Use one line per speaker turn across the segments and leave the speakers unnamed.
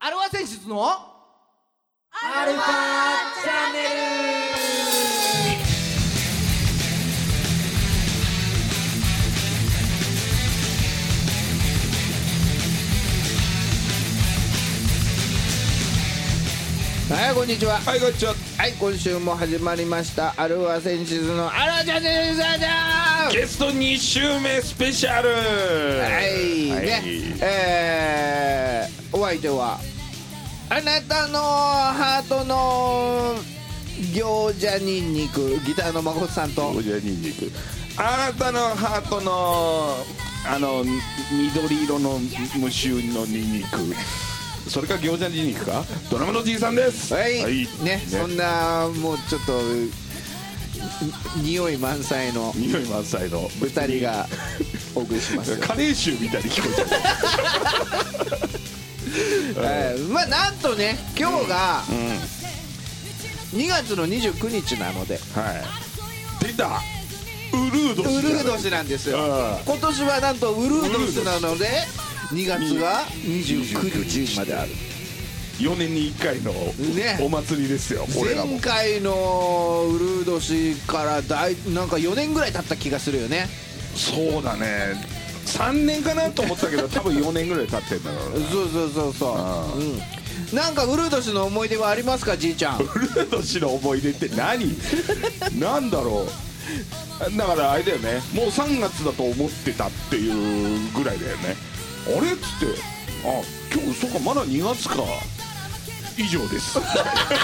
アルファ選出のアルファチャンネルはいこんにちは
はい、こんにちは。
はい今週も始まりましたアルファ選出のアルファチャンネルさん
ゲスト2週目スペシャル。
はい、
はい
ねえーお相手はあなたのハートの餃子にんにくギターの孫さんと
おじゃにんにく。あなたのハートの。あのみ緑色の無臭のニンニク。それか餃子ニンニクか。ドラムのじいさんです。
はい、ねそんな
な。
もうちょっとに匂い満載の
匂い満載の二
2人。がお送りし ますよ、
カレー臭みたいに聞こえちゃ
はい、まあなんとね今日が
う。うん。
2月の29日なので
はい。出た。ウルード
ウ
氏。
ルー年なんですよ
ああ
今年はなんとウルー年なので2月が29日まである
4年に1回の
ね
お祭りですよ、これらも
前回のウルー年からだいなんか4年ぐらい経った気がするよね
そうだね3年かなと思ったけど多分4年ぐらい経ってんだろう
そう
ね
そうそう
ああ
そううんなんかウルー年の思い出はありますかじい ちゃん
ウルード氏の思い出って何なんだろうだからあれだよねもう3月だと思ってたっていうぐらいだよねあれっつってあ今日そうかまだ2月か以上です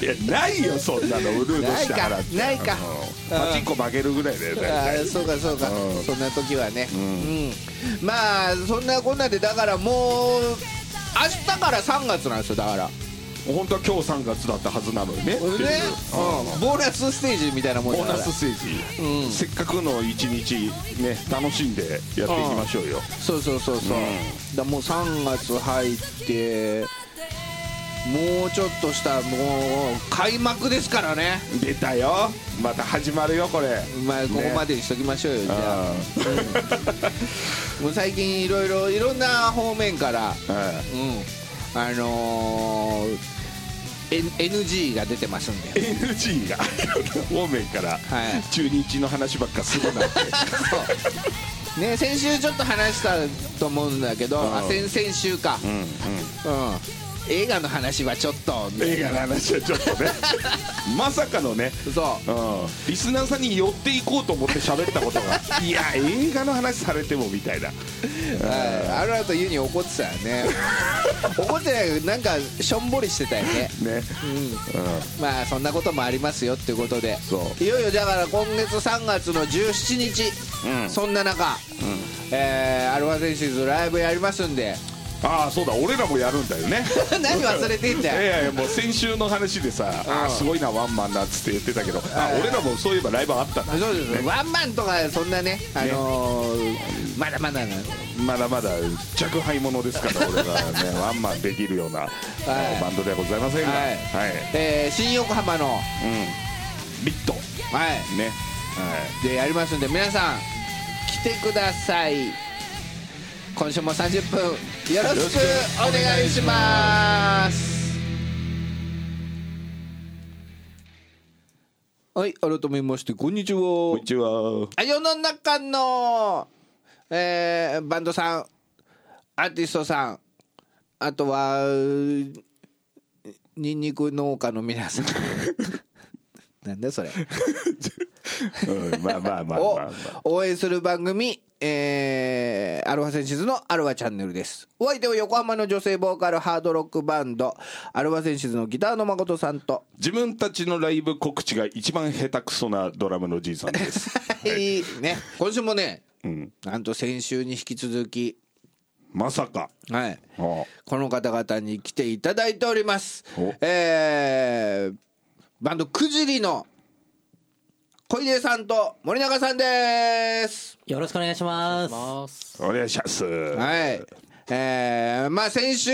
いやないよそんなのウルード氏だからって
ないかないか
うんパチンコ負けるぐらいだよね
ああそうかそうか
うん
そんな時はねうんんまあそんなこんなでだからもう明日から3月なんですよだから
本当は今日3月だったはずなのにねっ
ね
てい
う
う
んボーナスステージみたいなもんだ
ボー
から
ナスステージ、
うん
せっかくの一日ね楽しんでやっていきましょうよ、
そうそうそうそう、
うん
だもう3月入ってもうちょっとしたらもう開幕ですからね
出たよまた始まるよこれ
まあここま
で
でにしときましょうよ、じゃあ
あ
もう最近いろいろいろんな方面からうんあのー、N- NG が出てますんで
NG が 方面から、
はい
中日の話ばっかするなって
ね先週ちょっと話したと思うんだけど、あ
うん
先々週か、
うんうん
うん、映画の話はちょっと
映画の話はちょっと ねまさかのね
そう
うんリスナーさんに寄っていこうと思って喋ったこ とがいや映画の話されてもみたいな
はい、あるあとユニ怒ってたよね 怒ってないけどなんかしょんぼりしてたよね
ねうん
まあそんなこともありますよっていうことで
そ
いよいよだから今月3月の17日、
うん
そんな中、えーアルファセンシズライブやりますんで
ああそうだ俺らもやるんだよね
何忘れてん
いや
だ
い
よ
やいやもう先週の話でさ、ああすごいなワンマンなっつって言ってたけど、あ
はい
俺らもそういえばライブあったんだ
そうですワンマンとかそんなね、あのーまだまだな
まだまだ若輩者ですから 俺らはねワンマンできるような、えーバンドではございませんが、
は
はいい
えー新横浜の、は
うん、ビット
い、
ね、
でやりますんで皆さん来てください今週も30分よろしくお願いしますはい改めましてこんにち
こ
は
んにち は
あ世の中の、えーバンドさんアーティストさんあとはうーニンニク農家の皆さん なんだそれ
うんまあまあまあまあ、
を
ま
応援する番組、えー、アルファセンシズのアルファチャンネルです。お相手は横浜の女性ボーカルハードロックバンド、アルファセンシズのギターの誠さんと、
自分たちのライブ告知が一番下手くそなドラムのじいさ んです、
はい、ね、今週もね、
うん、
なんと先週に引き続き、
まさか
はい、
ああ
この方々に来ていただいております
お。
えー、バンドくじりの小出さんと森永さんです。
よろしくお願いします。
お願いします
はい。えー、まあ先週、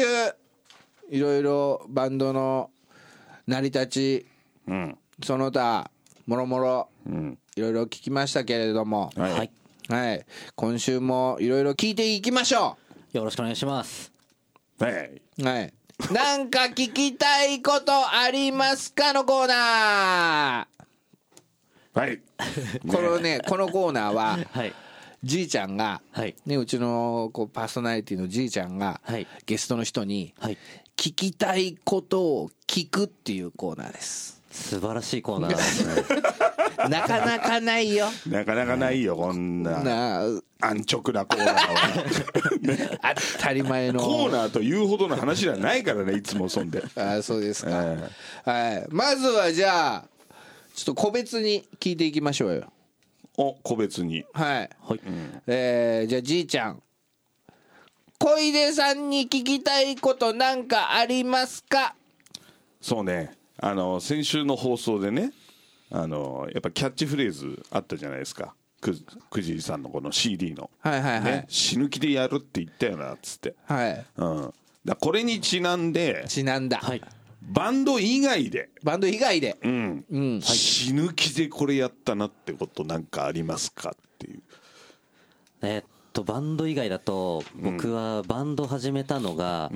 いろいろバンドの成り立ち、
うん
その他、もろもろ、
うん
いろいろ聞きましたけれども、
はい、
はい。
はい。今週もいろいろ聞いていきましょ
よろしくお願いします。
う。
はい
はい。なんか聞きたいことありますかのコーナ
はい
ー。 このね、このコーナーは、
はい
じいちゃんが、
はい
ね、うちのこうパーソナリティのじいちゃんが、
はい
ゲストの人に、
はい
聞きたいことを聞くっていうコーナーです。
素晴らしいコーナーですね
なかなかないよ。
なかなかないよこんな
なあ
安直なコーナ ーは
当たり前の。
コーナーというほどの話じゃないからねいつもそんで
あーそうですか、
え
はい、まずはじゃあちょっと個別に聞いていきましょうよ
お個別に
はい、
はい
えーじゃあじいちゃん小出さんに聞きたいことなんかありますか
そうねあの先週の放送でねあのやっぱキャッチフレーズあったじゃないですかくくじいさんのこの CD の、
はいはいはい、
ね、死ぬ気でやるって言ったよなっつって、
はい
うん、だこれにちなんで
ちなんだ、
はい
バンド以外で、
バンド以外で、
うん死ぬ気でこれやったなってことなんかありますかっていう
えーっとバンド以外だと僕はバンド始めたのが、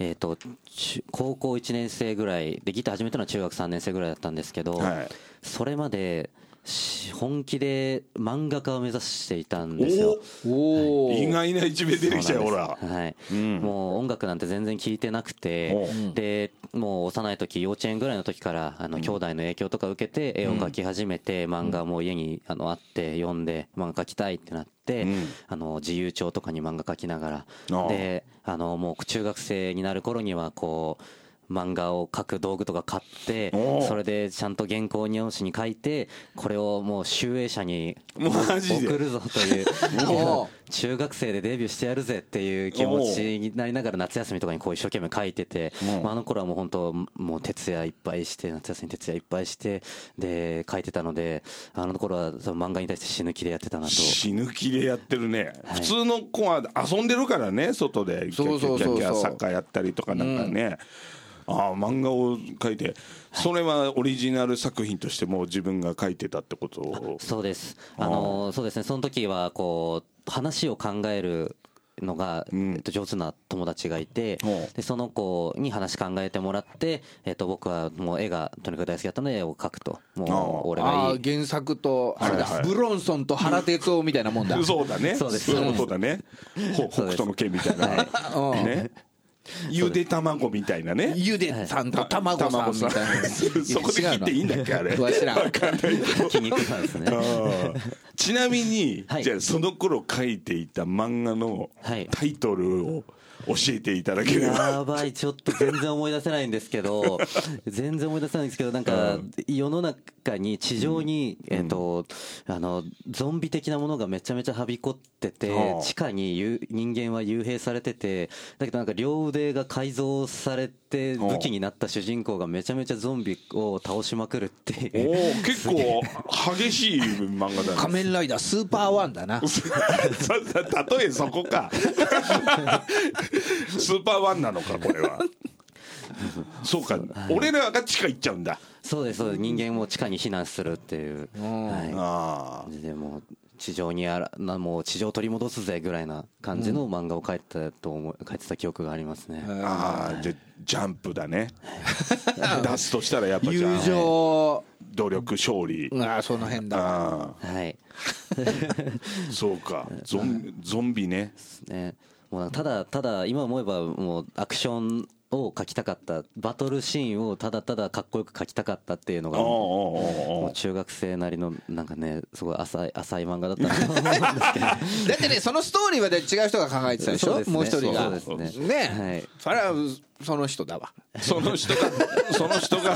えーっと中高校1年生ぐらいでギター始めたのは中学3年生ぐらいだったんですけど、
はい
それまでし本気で漫画家を目指していたんですよ。
おお
意外な一面出てきちゃう
そ
ほ
うなん
ら
ですはいもう音楽なんて全然聞いてなくて
う
でもう幼い時幼稚園ぐらいの時からあの兄弟の影響とか受けて絵を描き始めて漫画も家にあのあって読んで漫画描きたいってなって
ん
あの自由帳とかに漫画描きなが
ああ
らであのもう中学生になる頃にはこう漫画を描く道具とか買って
お
それでちゃんと原稿用紙に書いてこれをもう集英社に
マジで
送るぞという
おう
中学生でデビューしてやるぜっていう気持ちになりながら夏休みとかにこう一生懸命書いてて、まあ、あの頃はもう本当もう徹夜いっぱいして夏休み徹夜いっぱいしてで書いてたのであの頃はその漫画に対して死ぬ気でやってたなと
死ぬ気でやってるね、普通の子は遊んでるからね外でキャ
そう
ッキ
そ
ャ
う
ッキ
そ
ャ
うそ
ッ
う
キャサッカーやったりとかなんかね、ああ漫画を描いてそれはオリジナル作品としてもう自分が描いてたってことを
そうですあのそうですねその時はこう話を考えるのが、えっと、上手な友達がいて、
ほう
でその子に話考えてもらって、えっと、僕はもう絵がとにかく大好きだったので絵を描くとも
あ
う俺が
あ
いい
ー原作とあれだ、
はいはい
ブロンソンと原哲夫みたいなもんだ
そうだね
そうです
いうことだねほ北斗の拳みたいな、
うん
ねゆで卵みたいなね
ゆでさんと卵さんみたいな
そこで
いや違
切
う
っ
な
ていいんだっけあれ
わしらん
わかんないけど
筋肉なんですね
あーちなみに、
はい
じゃあその頃書いていた漫画の
はい
タイトルを教えていただければ、
やばい、ちょっと全然思い出せないんですけど、 全然思い出せないんですけど、なんか、世の中に、地上に、えっと、あの、ゾンビ的なものがめちゃめちゃはびこってて
はあ、
地下にゆ人間は幽閉されてて、だけどなんか両腕が改造されて、
はあ
武器になった主人公がめちゃめちゃゾンビを倒しまくるっていう。
おお結構激しい漫画だ
仮
ね
面ライダースーパーワンだな
そそ例えそこか スーパーワンなのかこれ はそうか俺らが地下行っちゃうんだ
そうです、そうです。人間も地下に避難するっていう。はい
あー
でもう地上にあらなもう地上を取り戻すぜぐらいな感じの漫画を描いてたと思う描いてた記憶がありますね。
あーじゃジャンプだね 出すとしたらやっぱジャ
友
ンプ
情
努力勝利
ああその辺だ
ああ
はい。
そうかゾンゾンビね
ね、もうなんかただただ今思えばもうアクションを描きたかったバトルシーンをただただかっこよく描きたかったっていうのが。も
おうおうおうお
う
う
中学生なりのなんかねすごい浅い浅い漫画だったなと思うんですけど
だってねそのストーリーはね違う人が考えてたでし
そう
ょ
ですね
もう一人が
そうですね
ねそれはその人だわ
その人がその人が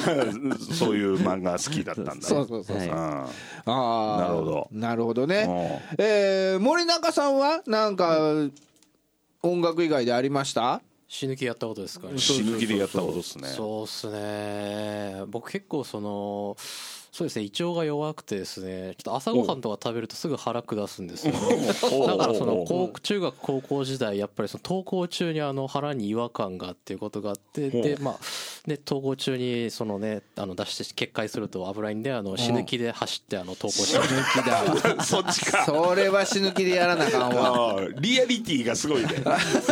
そういう漫画好きだったんだね
そうそうそう
はい
あ
ああ
なるほど
なるほどねえー森中さんはなんか音楽以外でありました
死ぬ気やったことですかね
ー死ぬ気でやったことですね
そうっすね僕結構そのそうですね胃腸が弱くてですねちょっと朝ごはんとか食べるとすぐ腹下すんですよねだからその高中学高校時代やっぱりその登校中にあの腹に違和感がっていうことがあってでまあで投稿中にそのねあの脱して決壊すると危ないんであの死ぬ気で走ってあの投稿してま す
そっちか
それは死ぬ気でやらなあかん わ
あーリアリティがすごいね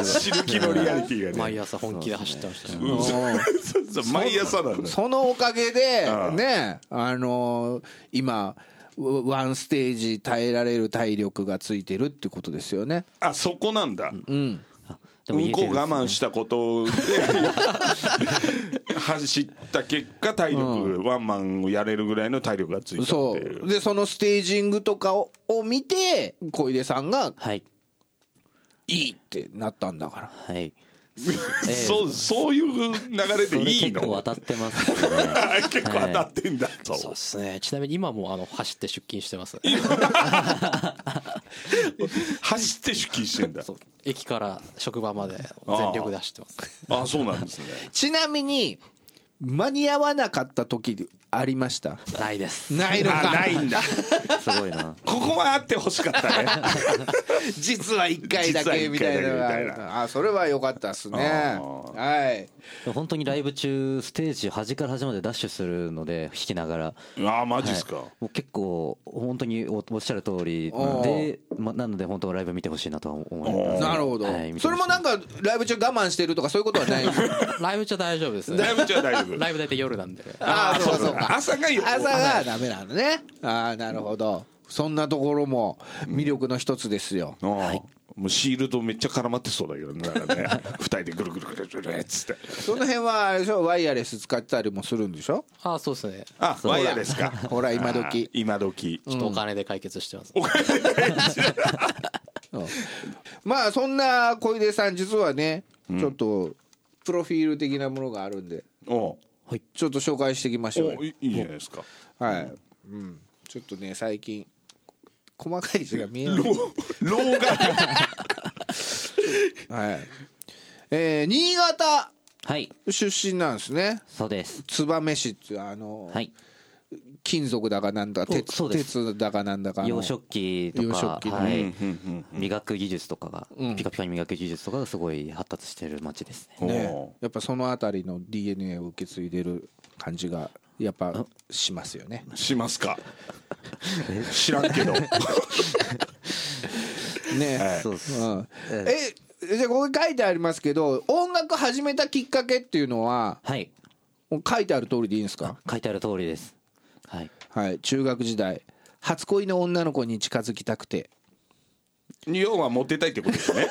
死ぬ気のリアリティがね
毎朝本気で走ってましたね
うんそうそう毎朝なんだよ
そのおかげで
うん
ねあのー今ワワンステージ耐えられる体力がついてるってことですよね
あそこなんだ
うん
でも
うん
言えて
こ
るん
を
です
我慢したことで走った結果体力、ワンマンをやれるぐらいの体力がついたって
そ
いう
うでそのステージングとかをを見て小出さんが
はい
いいってなったんだから
はい
そうそういう流れでいい
結構
の
当たってますけどね
結構当たってんだ、
そうですねちなみに今もあの走って出勤してます
走って出勤してんだ
そう駅から職場まで全力で走ってます
あそうなんですね
ちなみに間に合わなかった時ありました
ないです
ないの
あ
か
ないんだ
すごいな
ここはあってほしかったね
実は1回だけみたいなのがあるからあそれは良かったっすね
あ
はい
本当にライブ中ステージ端から端までダッシュするので弾きながら
ああマジっすか、
はいもう結構本当におおっしゃる通り
お
で、ま、なので本当ライブ見てほしいなとは思います
なるほど、
はい見て
そ
ほ
れ
しい
もなんかライブ中我慢してるとかそういうことはない
ライブじゃ大丈夫です
ライ
ね
ブじゃ大丈夫
ライブ大体夜なんで
ああそうかそうか
朝がよ
朝がダメなのねああなるほどそんなところも魅力の一つですよ、
ああもうシールドめっちゃ絡まってそうだけどねだ からね二人でぐるぐるぐるぐるっつって
その辺はあれでしょワイヤレス使ってたりもするんでしょ
ああそうですね
あワイヤレスか
ほら今時
ああ今時
ちょっとお金で解決してます
まあそんな小出さん実はね、ちょっとプロフィール的なものがあるんで
お
ちょっと紹介していきましょうよ
おいいいじゃないですか
はい、うん、ちょっとね最近細かい字が見 えない
老眼
はいえー、新潟
はい
出身なんですね
そうです
燕市っていうあの、
はい
金属だかなんだか
お
鉄
そうです
鉄だかなんだかの
洋食器と
洋
か
食器の
は
う
い
んうん
磨く技術とかが、
うん
ピカピカに磨く技術とかがすごい発達してる街ですね
う ん
ね
お
やっぱそのあたりの DNA を受け継いでる感じがやっぱしますよ ね
しますか知らんけど
ね、
そうです、
うん、
え
えじゃあここに書いてありますけど音楽始めたきっかけっていうのは
はい
書いてある通りでいいんですか
書いてある通りですはい
はい、中学時代初恋の女の子に近づきたくて
要はモテたいってことですね
い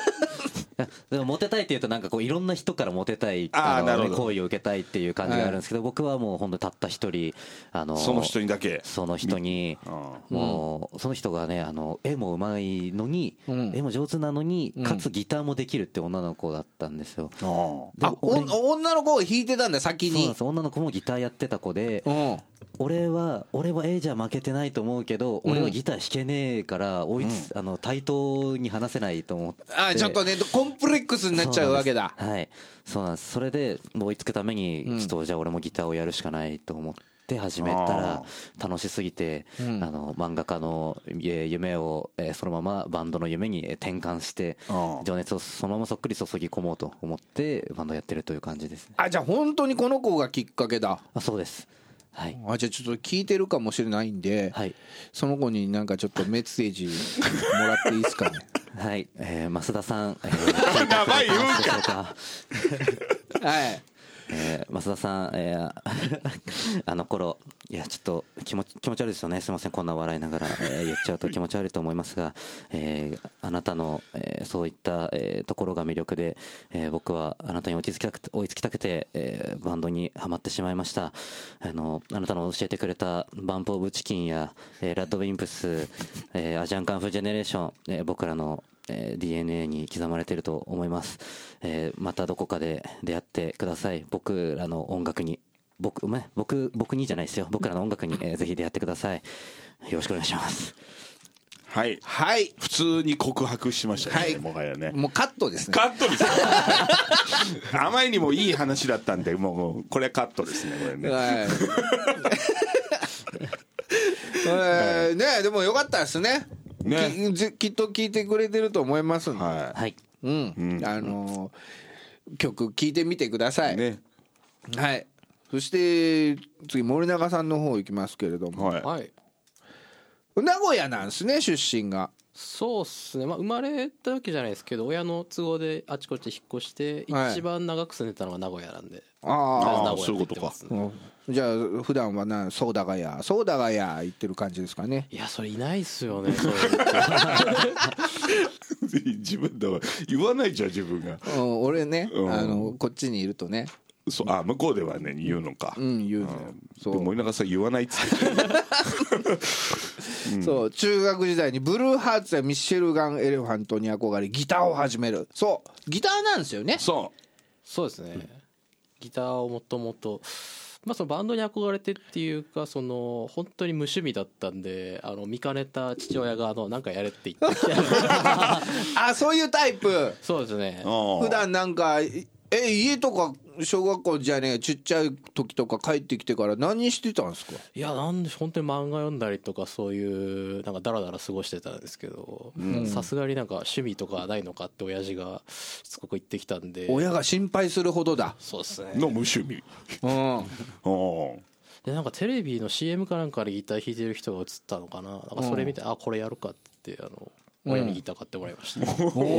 やでもモテたいっていうとなんかこういろんな人からモテたい
あー
の
なるほど
好意を受けたいっていう感じがあるんですけど、僕はもう本当にたった一人あの
その人にだけ
その人に
あ
もうその人がねあの絵もうまいのに、
うん
絵も上手なのに
うん
かつギターもできるって女の子だったんですよ。
あ
で
あお
俺
女の子を弾いてたんだ先
そうなん
に
です女の子もギターやってた子で
うん
俺は俺は A じゃ負けてないと思うけど
ん
俺はギター弾けねえから追いつ、あの対等に話せないと思って
あちょっとねコンプレックスになっちゃうわけだ
はいそうなんですそれで追いつくために
うん
ちょっとじゃあ俺もギターをやるしかないと思って始めた
あ
ら楽しすぎてあ
うん
の漫画家のえー夢をえーそのままバンドの夢にえー転換して
あ
情熱をそのままそっくり注ぎ込もうと思ってバンドやってるという感じですね
あじゃあ本当にこの子がきっかけだ
あそうですはい
あじゃあちょっと聞いてるかもしれないんで、
はい
その子になんかちょっとメッセージ もらっていいですかね
はいえー増田さん えー
名前言う
でしょうか
はい
えー増田さん、えー あの頃いやちょっと気持ち気持ち悪いですよねすいませんこんな笑いながら、えー言っちゃうと気持ち悪いと思いますが、えーあなたの、えーそういった、えーところが魅力で、えー僕はあなたに追いつきたくて追いつきたくて、えーバンドにはまってしまいましたあのあなたの教えてくれたバンプ・オブ・チキンや、えーラッドウィンプス、えーアジアンカンフージェネレーション、えー僕らのえー DNA に刻まれてると思います、えーまたどこかで出会ってください僕らの音楽に僕ま僕僕にじゃないですよ僕らの音楽に、えーぜひ出会ってくださいよろしくお願いします
はい
はい
普通に告白しましたね、
はい
もはやね
もうカットですね
カットですあまりにもいい話だったんでもうもうこれはカットですねこれね
はいえーねでもよかったですね
ね
きぜきっと聞いてくれてると思いますんで、
は
はい
うん、あのー曲聴いてみてくださ
い
い、
ね
はいそして次森永さんの方行きますけれども、
はい
はい
名古屋なんですね出身が
そうっすねまあ生まれたわけじゃないですけど親の都合であちこち引っ越して
はい
一番長く住んでたのが名古屋なんで、
あ
ー
名古屋
そういうことか
って言ってますね
あじゃあ普段はなソーダがやソーダがや行ってる感じですかね
いやそれいないっすよねそういう
自分だわ言わないじゃん自分が
うん俺ね、
うん
あのこっちにいるとね
そうあ向こうではね言うのか、
うん言うのよそ
でも
う,、
森永さん言わないっつって
そう中学時代にブルーハーツやミシェルガン・エレファントに憧れギターを始めるそうギターなんですよね
そ
そうですね、ギターをもともと、まあ、そのバンドに憧れてっていうかその本当に無趣味だったんであの見かねた父親があの「なんかやれ」って 言ってきた
あそういうタイプ
そうですね
うああ
普段なんかいえ家とか小学校じゃねえちっちゃい時とか帰ってきてから何してたんですか
いやなんで本当に漫画読んだりとかそういうなんかダラダラ過ごしてたんですけどさすがになんか趣味とかないのかって親父がしつこく言ってきたんで
親が心配するほどだ
そうですね
の無趣味
うん
お
でなんかテレビの CM かなんかでギター弾いてる人が映ったのかななんかそれ見て、あこれやるかってあの親にギター買ってもらいま した、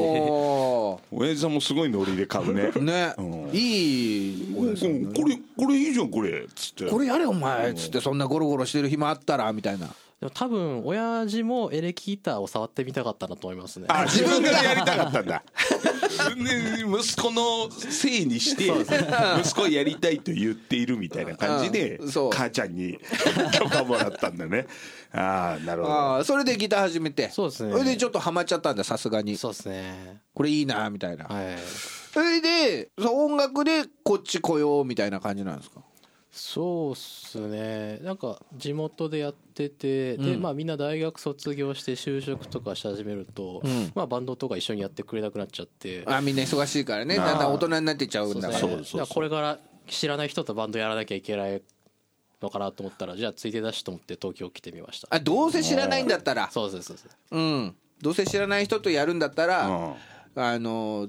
お
親父さんもすごいノリで買うね
ー ね
うん
いい親さん
うんこれこれいいじゃんこれっつって
これやれお前っつってそんなゴロゴロしてる暇あったらみたいな
でも多分親父もエレキギターを触ってみたかったなと思いますね
あ自分がやりたかったん だで息子のせいにして息子やりたいと言っているみたいな感じで
うんそう
母ちゃんに 許可もらったんだねああなるほど
あーそれでギター始めて
そうですね
それでちょっとハマっちゃったんださすがに
そうですね
これいいなみたいな
はい
それでその音楽でこっち来ようみたいな感じなんですか
そうっすねなんか地元でやってて、でまあみんな大学卒業して就職とかし始めると、まあバンドとか一緒にやってくれなくなっちゃって
あみんな忙しいからねだんだん大人になっていっちゃうんだから
そう
そうそう
だからこれから知らない人とバンドやらなきゃいけないのかなと思ったらじゃあついでだしと思って東京来てみました
あどうせ知らないんだったら
そうですそうです
うんどうせ知らない人とやるんだったら、
うん
あの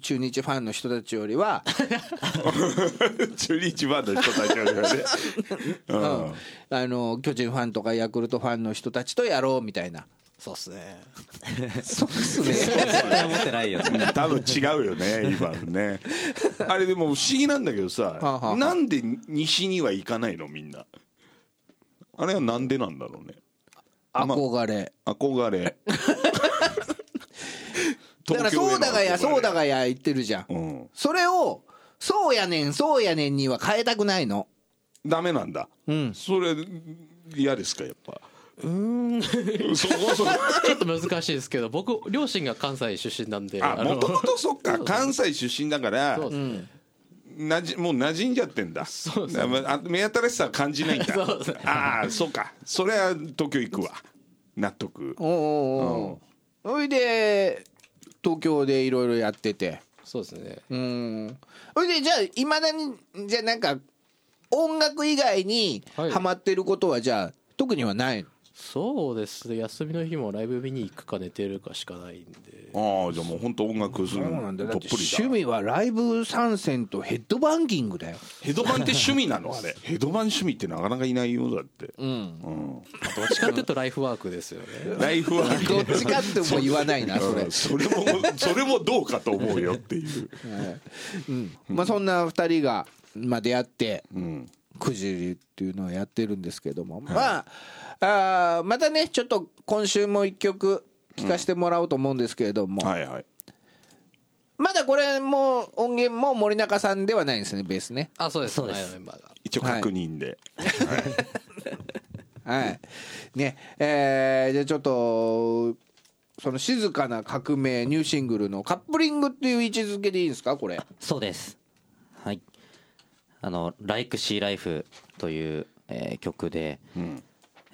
中日ファンの人たちよりは、
中日バンドの人たちがね、う
うんん、あの巨人ファンとかヤクルトファンの人たちとやろうみたいな
そうっすね
そうですね
絶対 思ってないよね
多分違うよ ね今のねあれでも不思議なんだけどさ、
あはあ
なんで西には行かないのみんなあれはなんでなんだろうね
憧れ、
憧れ
だからそうだがやそうだ
が
がや言ってるじゃん、
うん
それをそうやねんそうやねんには変えたくないの
ダメなんだ、
ん
それ嫌ですかやっぱうんそこそこ
ちょっと難しいですけど僕両親が関西出身なん で
あ
の
もともとそっか関西出身だから
そうですね
なじもう馴染んじゃってんだ
そうです
だからあ目新しさは感じないんだ
そうですね
ああそうかそれは東京行くわ納得
おうおうおうそれで東京でいろいろやってて
そうですね
うんそれでじゃあいまだにじゃあなんか音楽以外に
はい
ハマってることはじゃあ特にはない
そうですね休みの日もライブ見に行くか寝てるかしかないんで
ああじゃあもう本当音楽するのどっ
だっ
ぷ
て
り
趣
だ
味はライブ参戦とヘッドバンキングだ よ
ヘドバンって趣味なのあれヘドバン趣味ってなかなかいないようだって、
どっちかっていうとライフワークですよね
ライフワーク
どっちかっても言わないなそれ
うんそれもそれもどうかと思うよっていう、
まあそんな2人がまあ出会って
うん、
くじりっていうのをやってるんですけどもまああーまたねちょっと今週も1曲聴かせてもらおうと思うんですけれども
はいはい
まだこれも音源も森中さんではないんですねベースね
あそうです
そうです
前のメンバーが
一応確認で、
はいねえーじゃあちょっとその静かな革命ニューシングルのカップリングっていう位置づけでいいんですかこれ
そうです。はい。あの、Like Sea Life という、えー曲で、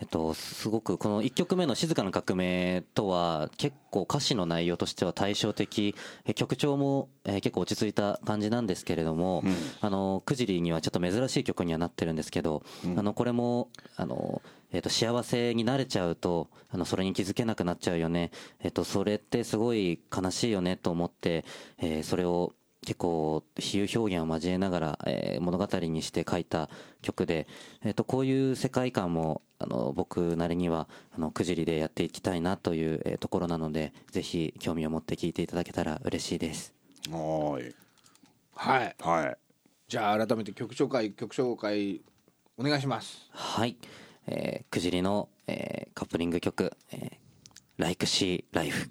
えっと、すごくこの1曲目の「静かな革命」とは結構歌詞の内容としては対照的え曲調もえー結構落ち着いた感じなんですけれども、あのくじりにはちょっと珍しい曲にはなってるんですけど、あのこれもあの、えっと幸せになれちゃうとあのそれに気づけなくなっちゃうよね、えっとそれってすごい悲しいよねと思って、えーそれを結構比喩表現を交えながら、えー物語にして書いた曲で、えー、とこういう世界観もあの僕なりにはあのくじりでやっていきたいなという、えーところなのでぜひ興味を持って聴いていただけたら嬉しいです
はーい
はい
はい
じゃあ改めて曲紹介曲紹介お願いします
はい、えー、くじりの、えーカップリング曲「えー、Like She Life」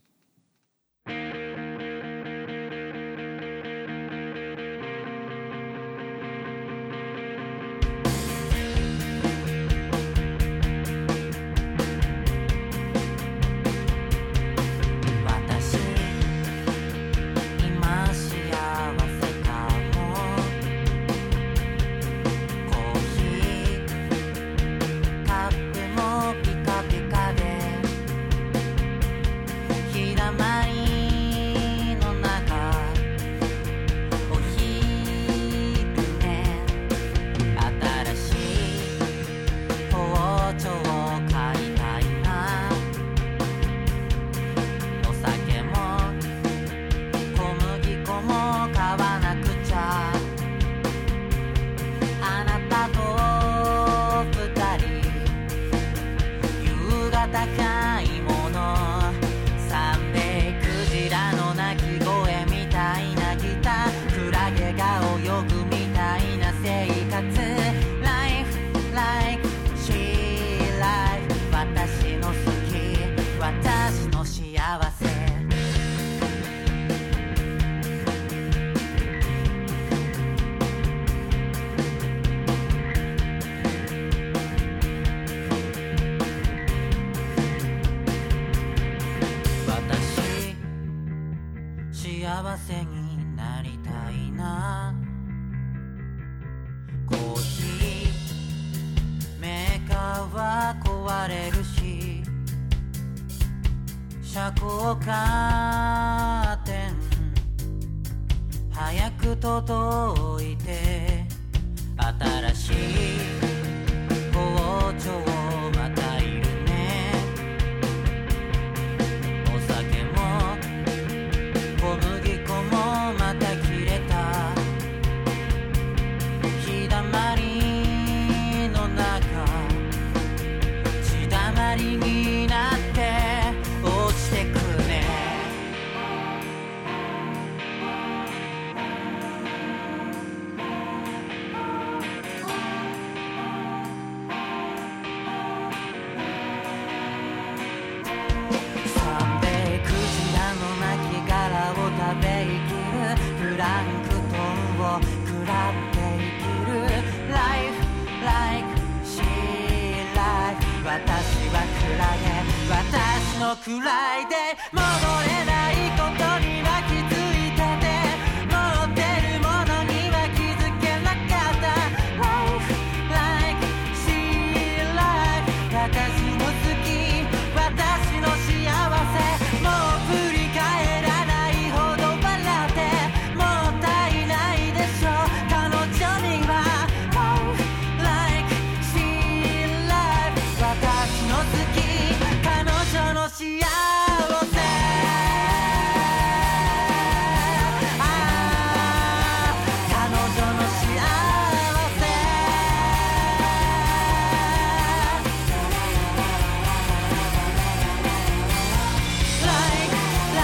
私今幸せかもコーヒーカップもピカピカでひらまりの中お昼ね新しい包丁を買いたいなお酒も小麦粉も買わなくちゃあなたと二人夕方買い物サンベイクジラの鳴き声みたいなギタークラゲが泳ぐみたいな生活 Life like she life 私の好き私の幸せ私幸せになりたいなコーヒーメーカーは壊れるし車高カーテン早く届いて新しい包丁をまたいるねお酒も小麦粉もまた切れた日だまりの中血だまりになって落ちてくねサンベイクジラの巻き殻を食べ生きるプランクトンを食らって生きる Life like she life 私はクラゲ私のくらいで戻れないことには気づいたで持ってるものには気づけなかった Life like she life 私の好き私の幸せもう振り返らないほど笑ってもったいないでしょ彼女には Life like she life 私の好き彼女の幸せああ彼女の幸せ「ライクライクシーライ」「ライクライクシーライ」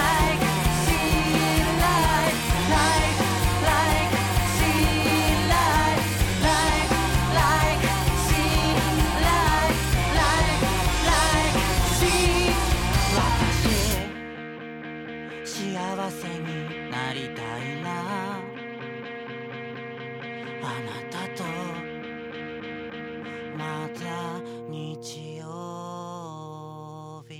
「ライクライクシーライ」「ライクライクシー」「私幸せになりたいな」「あなたとまた日曜日」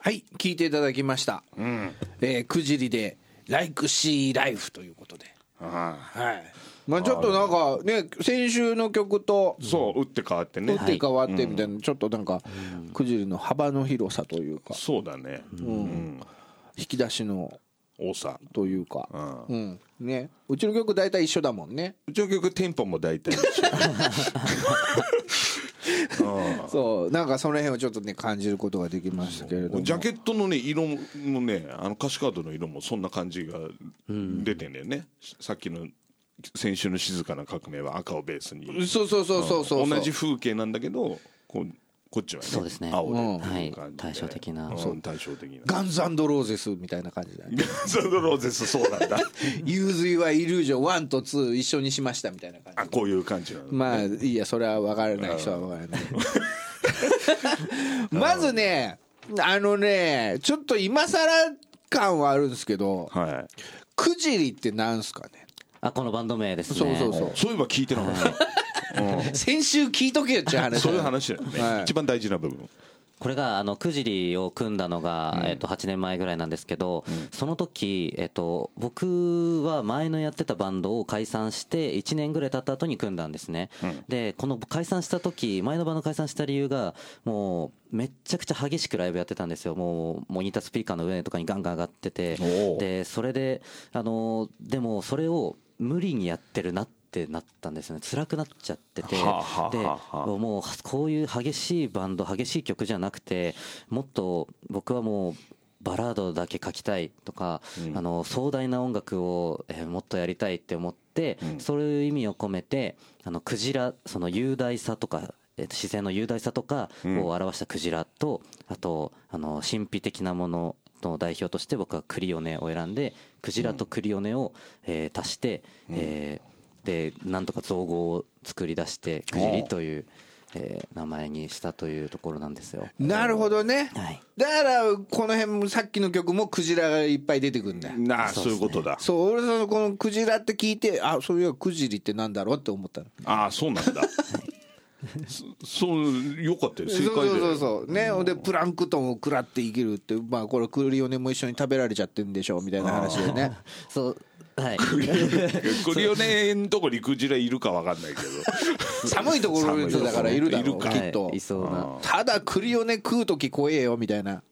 はい聞いていただきました、
うん
えー、くじりで「Like She Life」ということで
あ
はいまあちょっとなんかね先週の曲と
ーそう打って変わってね
取って変わってみたいなちょっとなんかくじりの幅の広さというか
そうだね
引き出しの
多さ
というか、
う
う
ん
んね、うちの曲大体一緒だもんね
うちの曲テンポも大体一緒うん
そうなんかその辺をちょっとね感じることができましたけれども
ジャケットのね色もねあの歌詞カードの色もそんな感じが出てんだよね、さっきの先週の「静かな革命」は赤をベースに
そうそうそうそうそうそう
同じ風景なんだけどこうこっちはね
そうですね
青で
うん
っていう感じで
はい対照的な
うん
そ
対照的な
ガンズローゼスみたいな感じだ ね
ガンズのローゼス そうなんだ
融通はイリュージョン1と2一緒にしましたみたいな感
あ
じ
こういう感じなの、
まあいいやそれは分からない人は分からない まずねあのねちょっと今更感はあるんですけど
はい
くじりってなんすかね
あこのバンド名ですね
そうそうそう
そういえば聞いてなかった、うん
先週聞いとけよっていう話
そういう話だよね、
はい
一番大事な部分
これがあのくじりを組んだのが、えっと8年前ぐらいなんですけど、その時、えっと僕は前のやってたバンドを解散して1年ぐらい経った後に組んだんですね、でこの解散した時前のバンド解散した理由がもうめっちゃくちゃ激しくライブやってたんですよもうモニタースピーカーの上とかにガンガン上がってて
おお
でそれであのでもそれを無理にやってるなってなったんですよね辛くなっちゃってて、
はあはあ
で
はあはあ
もうこういう激しいバンド激しい曲じゃなくてもっと僕はもうバラードだけ書きたいとか、あの壮大な音楽を、えーもっとやりたいって思って、そういう意味を込めてあのクジラその雄大さとか、えーと自然の雄大さとかを表したクジラと、あとあの神秘的なものの代表として僕はクリオネを選んでクジラとクリオネを、えー足して、えーでなんとか造語を作り出してくじりという、えー名前にしたというところなんですよ。
なるほどね、
はい
だからこの辺もさっきの曲もクジラがいっぱい出てくるんだよ、
なあそういうことだ
そう俺そのこのクジラって聞いてあそういえばクジリってなんだろうって思ったの
ああそうなんだ そそうよかったよ正
そう
解
そ
で
うそうそうねほんでプランクトンを食らって生きるってまあこれクリオネも一緒に食べられちゃってるんでしょうみたいな話で ね
そうはい
クリオネのとこにクジラいるかわかんないけ ど
寒いところ
寒いとこ
だからいるだろう
いるか
きっと
はい、いそうな
ただクリオネ食う時怖えよみたいな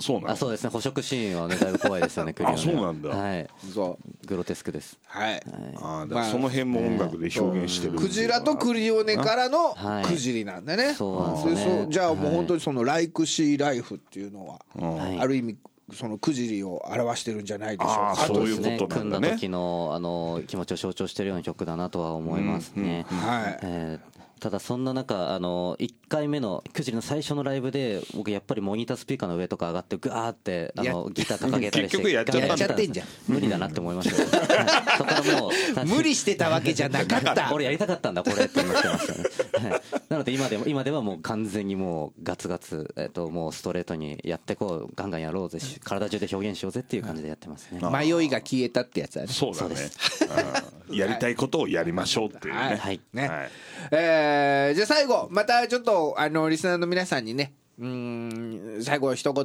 そうなん
あ
だ
そうですね捕食シーンはねだいぶ怖いですよねクリオネは
あそうなんだ
はい
そう
グロテスクです
はい
ああだか
まあ
らその辺も音楽で表現してる
クジラとクリオネからの
はい
クジリなんだね
そうなんですね
そうじゃあもう本当にその「ライクシーライフ」っていうのは
はい
ある意味そのクジリを表してるんじゃないでしょう
ああ
か
そういう
ですね
ことなんだ
組んだ
ね
時のあの気持ちを象徴してるような曲だなとは思いますね、
はい
えーただそんな中あの1回目のくじりの最初のライブで僕やっぱりモニタースピーカーの上とか上がってガーってあのギター掲げたりし
結
て
局やっちゃったんだ
ガー
やっちゃってんじゃん
無理だなって思いました、はいそこからもう
無理してたわけじゃなか った
俺やりたかったんだこれって思ってましたね、はい、なので今でも今ではもう完全にもうガツガツ、えっと、もうストレートにやってこうガンガンやろうぜし体中で表現しようぜっていう感じでやってますね
迷いが消えたってやつだね
そうだねうんやりたいことをやりましょうっていう
はい
ね
はい
ね、
はい
えーじゃあ最後またちょっとあのリスナーの皆さんにねうーん最後一言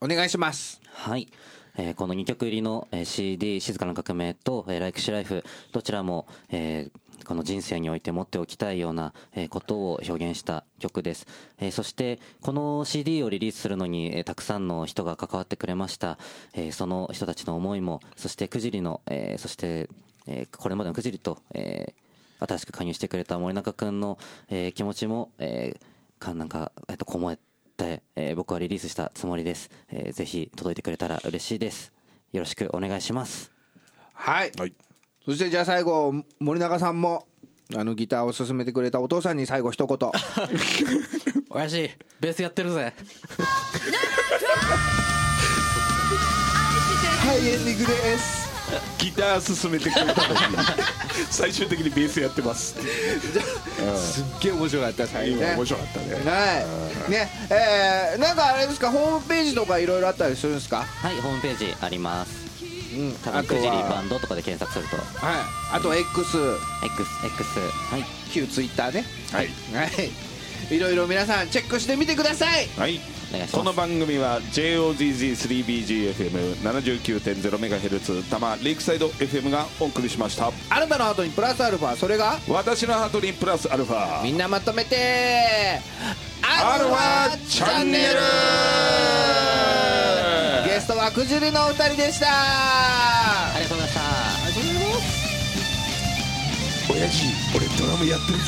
お願いします
はい。えーこの2曲入りのえー CD、静かな革命と、えー、Like She Life、どちらも、えーこの人生において持っておきたいような、えーことを表現した曲です。えーそして、この CD をリリースするのに、えーたくさんの人が関わってくれました。えーその人たちの思いも、そして、くじりの、えーそして、えーこれまでのくじりと、えー新しく加入してくれた森中くんの、えー気持ちも、えーかなんか、えっと、こもえで、えー僕はリリースしたつもりです、えーぜひ届いてくれたら嬉しいですよろしくお願いします
はい、
はい
そしてじゃあ最後森永さんもあのギターを勧めてくれたお父さんに最後一言
親父ベースやってるぜ
はいエンディングです
ギター進めてくれたのに最終的にベースやってますって
すっげえ面白かった最後
今
ね
面白かったね
はいねえーなんかあれですかホームページとかいろいろあったりするんですか
はいホームページあります
うん
多
あ
分
と
くじりバ
は
ンドとかで検索すると
はいあと X
XX はい
旧 Twitter ね
はい
はいいろいろ皆さんチェックしてみてください
はい
お願いします
この番組は JOZZ3BGFM79.0MHz 多摩レイクサイド FM がお送りしました
あなたのハートにプラスアルファそれが
私のハートにプラスアルファ
みんなまとめてア
アル
ル
フ
フ
ァ
ァ
チ
チ
ャ
ャ
ン
ン
ネ
ネ
ル
ルゲストは枠汁のお二人でした
ありがとうございました
親父俺ドラムやってるぜ